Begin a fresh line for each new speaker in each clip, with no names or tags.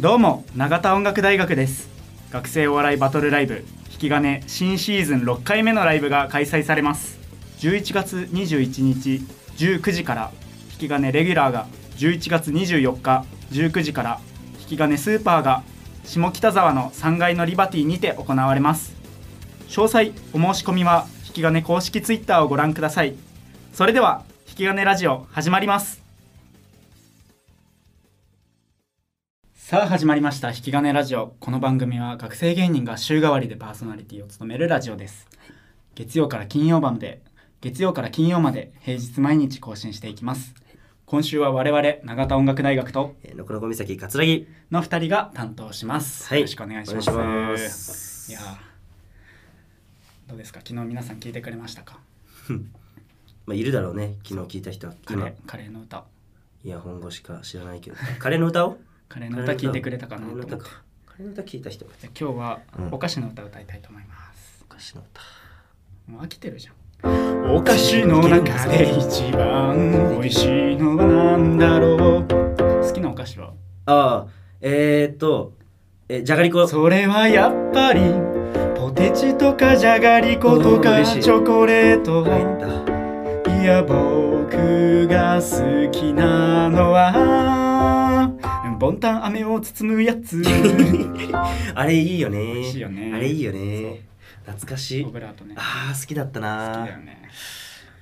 どうも永田音楽大学です学生お笑いバトルライブ引き金新シーズン6回目のライブが開催されます11月21日19時から引き金レギュラーが11月24日19時から引き金スーパーが下北沢の3階のリバティにて行われます詳細お申し込みは引き金公式ツイッターをご覧くださいそれでは引き金ラジオ始まりますさあ始まりました引き金ラジオこの番組は学生芸人が週替わりでパーソナリティを務めるラジオです月曜から金曜まで月曜から金曜まで平日毎日更新していきます今週は我々永田音楽大学と
えー、のこのこ岬桂木
の2人が担当します、
はい
よろしくお願いします
お願いします
いやーどうですか昨日皆さん聞いてくれましたか
まあいるだろうね昨日聞いた人は
カレ
今
ーカレーの歌
イヤホン越しか知らないけど カレーの歌を
カレーの歌聞いてくれたかなと思って
カレーの歌かカレーの歌聞いた人が
じゃあ今日は
うん
お菓子の歌歌いたいと思います、
昔の歌
もう飽きてるじゃんお菓子の中で一番美味しいのは何だろう好きなお菓子は
ああえー、っとえじゃがりこ
それはやっぱりポテチとかじゃがりこと
おー
か
嬉し
チ
い
ョコレート、
入った
いや僕が好きなのはボンタン飴を包むや つ
あれいいよね
美味しいよね
あれいいよね懐かしい
オブラートね好
あー好きだった
き
な
だよね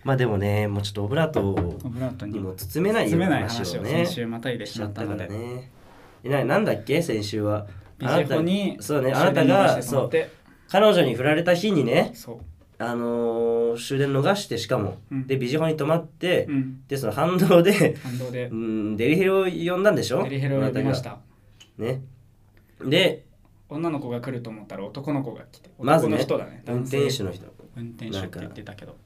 まあでもねもうちょっとオブラートを
オブラートに
にも包めないよ
包
う
め
な
ない
話
話
を
を
ね
先週またいで
し
し
ちゃ
ま
っ
ったた
か
の
ら
で
ねえななんだっけ先週は
ビジホに
そうねあなたが
終電逃
そう
してし
彼女に振られた日にね
まってそう
あのー終電逃してしかも、
うん
でビジホに泊まって、
うん
でその反動で、
感動で
うん、デリヘルを呼んだんでしょ
デリヘルを呼びました
あなたがねで
女の子が来ると思ったら男の子が来て
まず
男
ね
の人だね
運
男性
転手の人
運転手って言ってたけど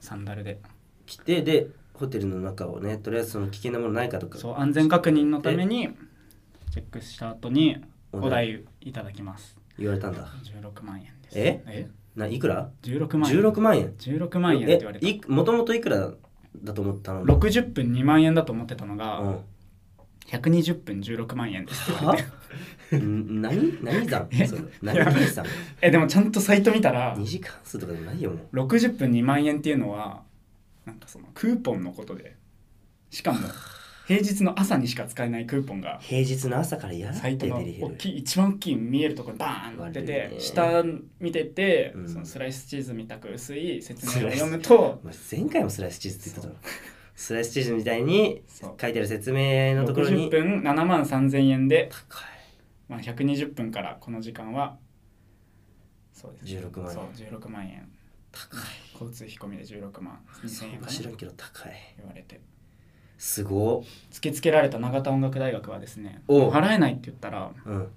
サンダルで
来てでホテルの中をねとりあえずその危険なものないかとか
そう安全確認のためにチェックした後にお題いただきます
言われたんだ
16万円です。
えないくら
16万円。
16万円
16万円って言われ
え
た。
いもともといくらだと思ったの
60分2万円だと思ってたのが、
うん
120分16万円ですって言わ
は
れて。
ん何何算
え
それ何算
え、でもちゃんとサイト見たら
2、時間数とかでもないよもう
60分2万円っていうのは、なんかそのクーポンのことで、しかも平日の朝にしか使えないクーポンが、
平日の朝からやらっ
サ
て
イト
デ
の
リヘ
大
ル
きい一番大きい見えるところにバーンって載って
悪い
て、
ね
下見てて、
うん
そのスライスチーズみたく薄い説明を読むと
お、前前回もスライスチーズって言ってたのスライスチーズみたいに
そう
書いてある説明のところ
60
に
分7万3000円で
高
まあ、120分からこの時間はそうです
16万円
そう16万円
高い
交通費込みで16万2000円
高い
か
知
な
らんけど高い
言われて
すご
突きつけられた永田音楽大学はですね
おう
払えないって言ったら
っうん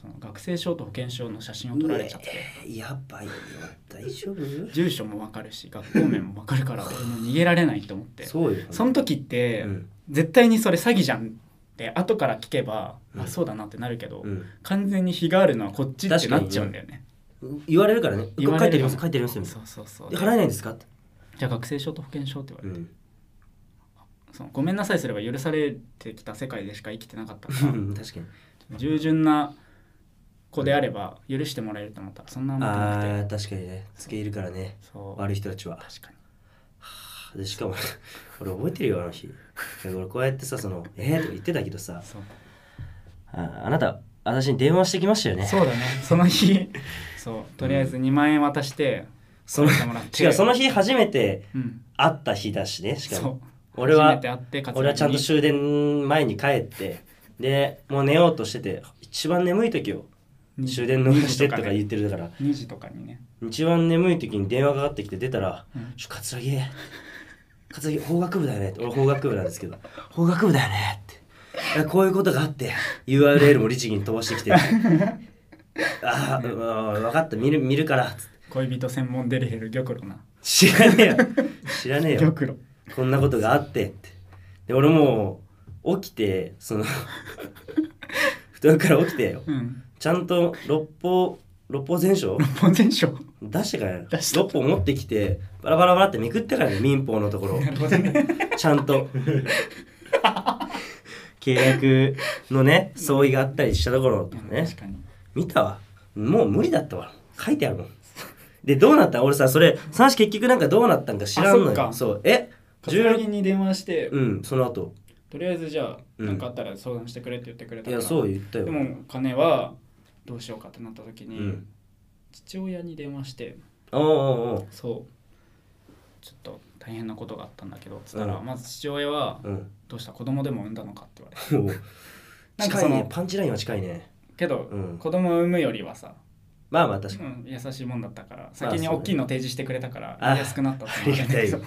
その学生証と保険証の写真を撮られちゃって、
うえやばいよ大丈夫
住所も分かるし学校名も分かる から俺もう逃げられないと思ってそ
そうよ
の時って、
うん
絶対にそれ詐欺じゃんって後から聞けば、
う
あ
ん
そうだなってなるけど、
うん
完全に日があるのはこっちってなっちゃうんだよね
言われるからね
言
書
わ
い
れ
てあ
る
り
よ
ます書いてありますよ
そうそうそう
払えないんですかって
じゃあ学生証と保険証って言われて、
うん
そのごめんなさいすれば許されてきた世界でしか生きてなかったか
うん 確かに
ら従順な子であれば許してもらえると思ったらそんな甘くなくて
あー確かにねつけいるからね
そう
悪い人たちは
確かに
でしかも 俺覚えてるよあの日俺こうやってさその「えーとか言ってたけどさ
そう
ああなた私に電話してきましたよね
そうだねその日そうとりあえず2万円渡して
その
帰ってもらって
しかもその日初めて
うん
会った日だしねしか
そ
も
う
俺
初
は
めて会って勝
俺はちゃんと終電前に帰ってでもう寝ようとしてて一番眠い時を終電逃してとか言
う
ってるだから
2時とかにね、
一番眠い時に電話かかってきて出たら
うん
「ちょ桂木桂木法学部だよね」って俺法学部なんですけど「法学部だよね」っていやこういうことがあって URL も律儀に飛ばしてきて「ああ分かった見る見るから」つって
恋人専門デリヘル玉露な
知らねえよ知らねえ
玉
よ
露
こんなことがあって」ってで俺もう起きてその 布団から起きてよ
うん
ちゃんと六法六法全書
六本全書
出してから
出した
6本持ってきてバラバラバラってめくってからね民法の ところ
なるほどね
ちゃんと契約のね相違があったりしたところとかね
確かに
見たわもう無理だったわ書いてあるもんでどうなった俺さそれ三子結局なんかどうなったんか知らん
あ
の
そっ
よ
か
そうえ
桂木に電話して、
うんその後
とりあえずじゃあ
うん
何かあったら相談してくれって言ってくれた
い
から、
やそう言ったよ
でも金はどうしようかってなった時
う
に、
ん
父親に電話して
おうおうおう
そうちょっと大変なことがあったんだけどっつったら、
うん
まず父親は
うん
「どうした子供でも産んだのか?」って言われて
おう
なんか
近
そ
い
の
ねパンチラインは近いね
けど、
うん
子供を産むよりはさ、
まあまあ確か
う
に
ん優しいもんだったから
そう
先に大きいの提示してくれたから
あ
安くな ったっ
あ
て
りがたい
そう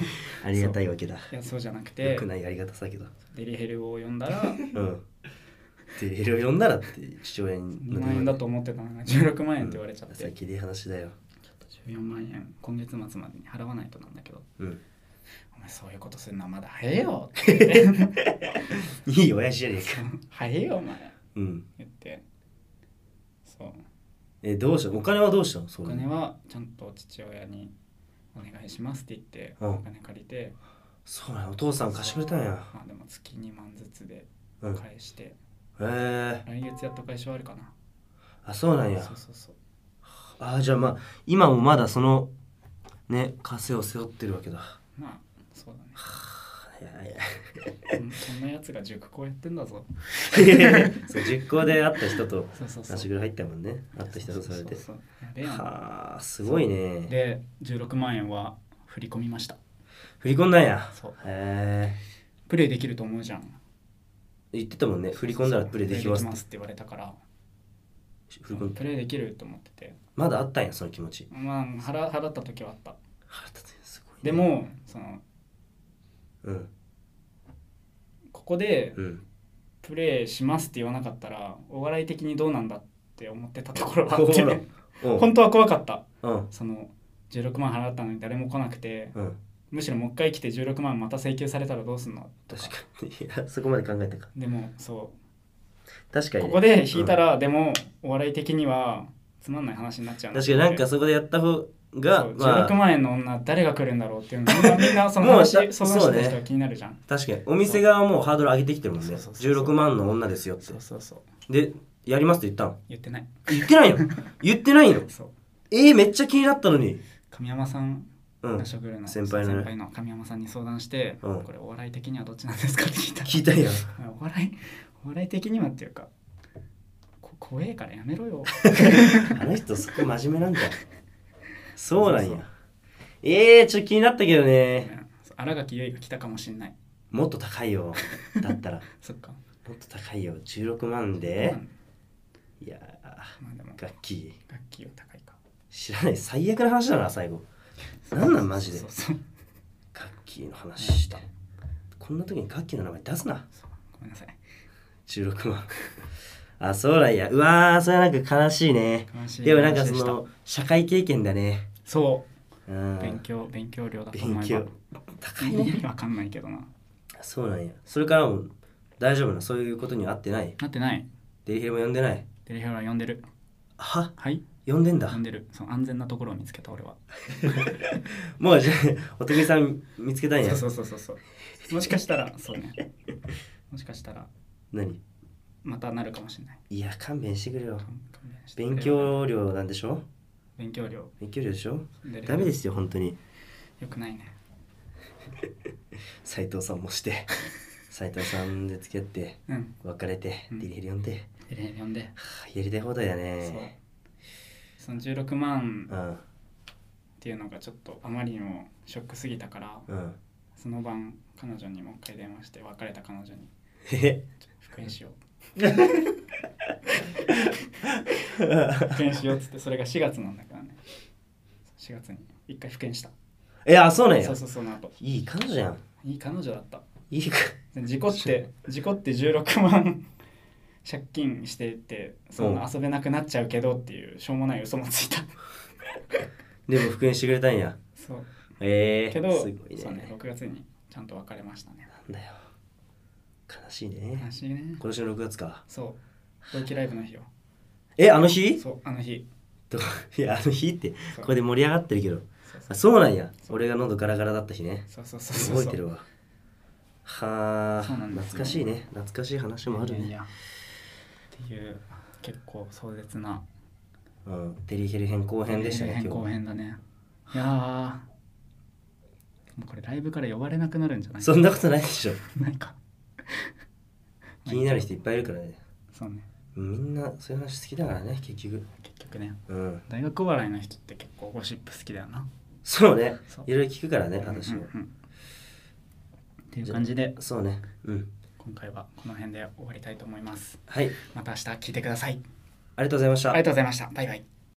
ありがたいわけだ
いやそうじゃなくて
よくないありがたさだけど
デリヘルを呼ん だら
うんでいろいろ呼んだらって父親に
2万円だと思ってたのが16万円って言われちゃって、
先で話だよ
14万円今月末までに払わないとなんだけど
うん
お前そういうことするのはまだ早えよって言って
いい親父じゃねえか
早えよお前
うん
言ってそう
えどうしたお金はどうしたのそ
お
れ
金はちゃんと父親にお願いしますって言って
うん
お金借りて
そうなのお父さん貸してくれたんや
まあでも月2万ずつで
うんへ
返して
え
来月やった返しはあるかな
あそうなんや
そうそうそう
あじゃあまあ今もまだそのね枷を背負ってるわけだ
まあそうだ
いやいや
ねそんなやつが塾校やってんだぞ
そう実行で会った人と
そうそうそう
話ぐらい入ったもんね会った人とされて
そうそうそうやべえな
はあすごいね
で16万円は振り込みました
振り込んだんや
そう
へえ
プレイできると思うじゃん
言ってたもんね振り込んだらプレイでき
プレ
ま
イ
す
できま
って
すって言われたから
振り込ん
プレイできると思ってて
まだあったんやその気持ち
まあ払払った時はあった
腹立つねすごいね
でもその
うん
ここで
うん
プレイしますって言わなかったらお笑い的にどうなんだって思ってたところはあっ
ほら
て
うん
本当は怖かった
うん
その16万払ったのに誰も来なくて
うん
むしろもう一回来て16万また請求されたらどうすんのと
確かにいや そこまで考えたか
でもそ
確か
う
にね
ここで引いたら、でもお笑い的にはつまんない話になっちゃう
確かになんか
そ
そこでやった方
う
がま
16
あ
万円の女誰が来るんだろうっていうのみん なみんなその
もう
話
だ
相談してた
そ
人
うね
は気になるじゃん
確かにお店側はもうハードル上げてきてるもんね
そうそうそうそう
16万の女ですよって
そうそうそう
でやりますって言ったの
言ってない
言ってないよ言ってないよ
そう
えー、めっちゃ気になったのに
神山さん
うん
の職業の
先輩のね
神山さんに相談して、
うん
これお笑い的にはどっちなんですかって聞いたら
聞いたんや
お笑いお笑い的にはっていうかこ怖えからやめろよ
あの人そこ真面目なんだそうなんやえー、ちょっと気になったけどね
新垣結衣が来たかもしんない
もっと高いよだったら
そっか
もっと高いよ16万で
うん
いや
まあでも
ー楽器
楽器は高いか
知らない最悪な話だな最後なんなんマジで
そうそう
楽器の話したこんな時に楽器の名前出すな
そうごめんなさい
16万あそうなんやうわーそれはなんか悲しいね
悲しい
でもなんか
話
そ
でした
の社会経験だね
そうう勉
ん
強勉強量だと
勉
思えば
強高い
意
ね
味わかんないけどな
そうなんやそれからも大丈夫なそういうことには合ってない
なってない
デリヘルも呼んでない
デリヘルは呼んでる
は
はい
呼んでんだ
呼んでるその安全なところを見つけた俺は
もうじゃあお得意さん見つけたんや
そうそうそうそうそうもしかしたらそうねもしかしたら
何
またなるかもしれない
いや勘弁してくれよ
勘勘弁してくれよ
勉強量なんでしょ
勉強量
勉強量でしょ
で
ダメですよ本当に
よくないね
斉藤さんもして 斉藤さんで付き合って
うん
別れて
うん
デリヘル呼んで、
デリヘル呼んで
はあやりたい放題だね
そうその16万
う
っ
ん
ていうのがちょっとあまりにもショックすぎたから
うん
その晩彼女にもう一回電話して別れた彼女に
へ
復縁しよう
へ
復縁しようっつってそれが4月なんだからね4月に一回復縁した
いやそうなんや
そうそうその後
いい彼女じゃん
いい彼女だった
いいか
事故って事故って16万借金してってそんな遊べなくなっちゃうけどっていうしょうもない嘘もつ いた
でも復縁してくれたんや
そう
ええ
けど、
すごい
そう
ね
ね6月にちゃんと別れましたね
なんだよ悲しい
悲
ね
しいね
今年の6月か
そう同期ライブの日よ
えあの日
そうあの日
といやあの日って
そう
これで盛り上がってるけど
そう
あ
そう
そうなんや俺が喉ガラガラだった日ね
そうそうそうそう
覚えてるわはあ
そうなんですよ
懐かしいね懐かしい話もある
いやい
ね
やっていう結構壮絶な
うん、デリヘル編後編でしたね
変
今
更
日
編だねいやーもうこれライブから呼ばれなくなるんじゃない
そんなことないでしょ
ないか
気になる人いっぱいいるからね
そうね
うんみんなそういう話好きだからね結局
結局ね
うん
大学お笑いの人って結構ゴシップ好きだよな
そうね
そう
いろいろ聞くからね私
う
も
んうんうんっていう感じで
そうねうん
今回はこの辺で終わりたいと思います
はいあり
また明日聞いてください
がとうございました
ありがとうございましたバイバイ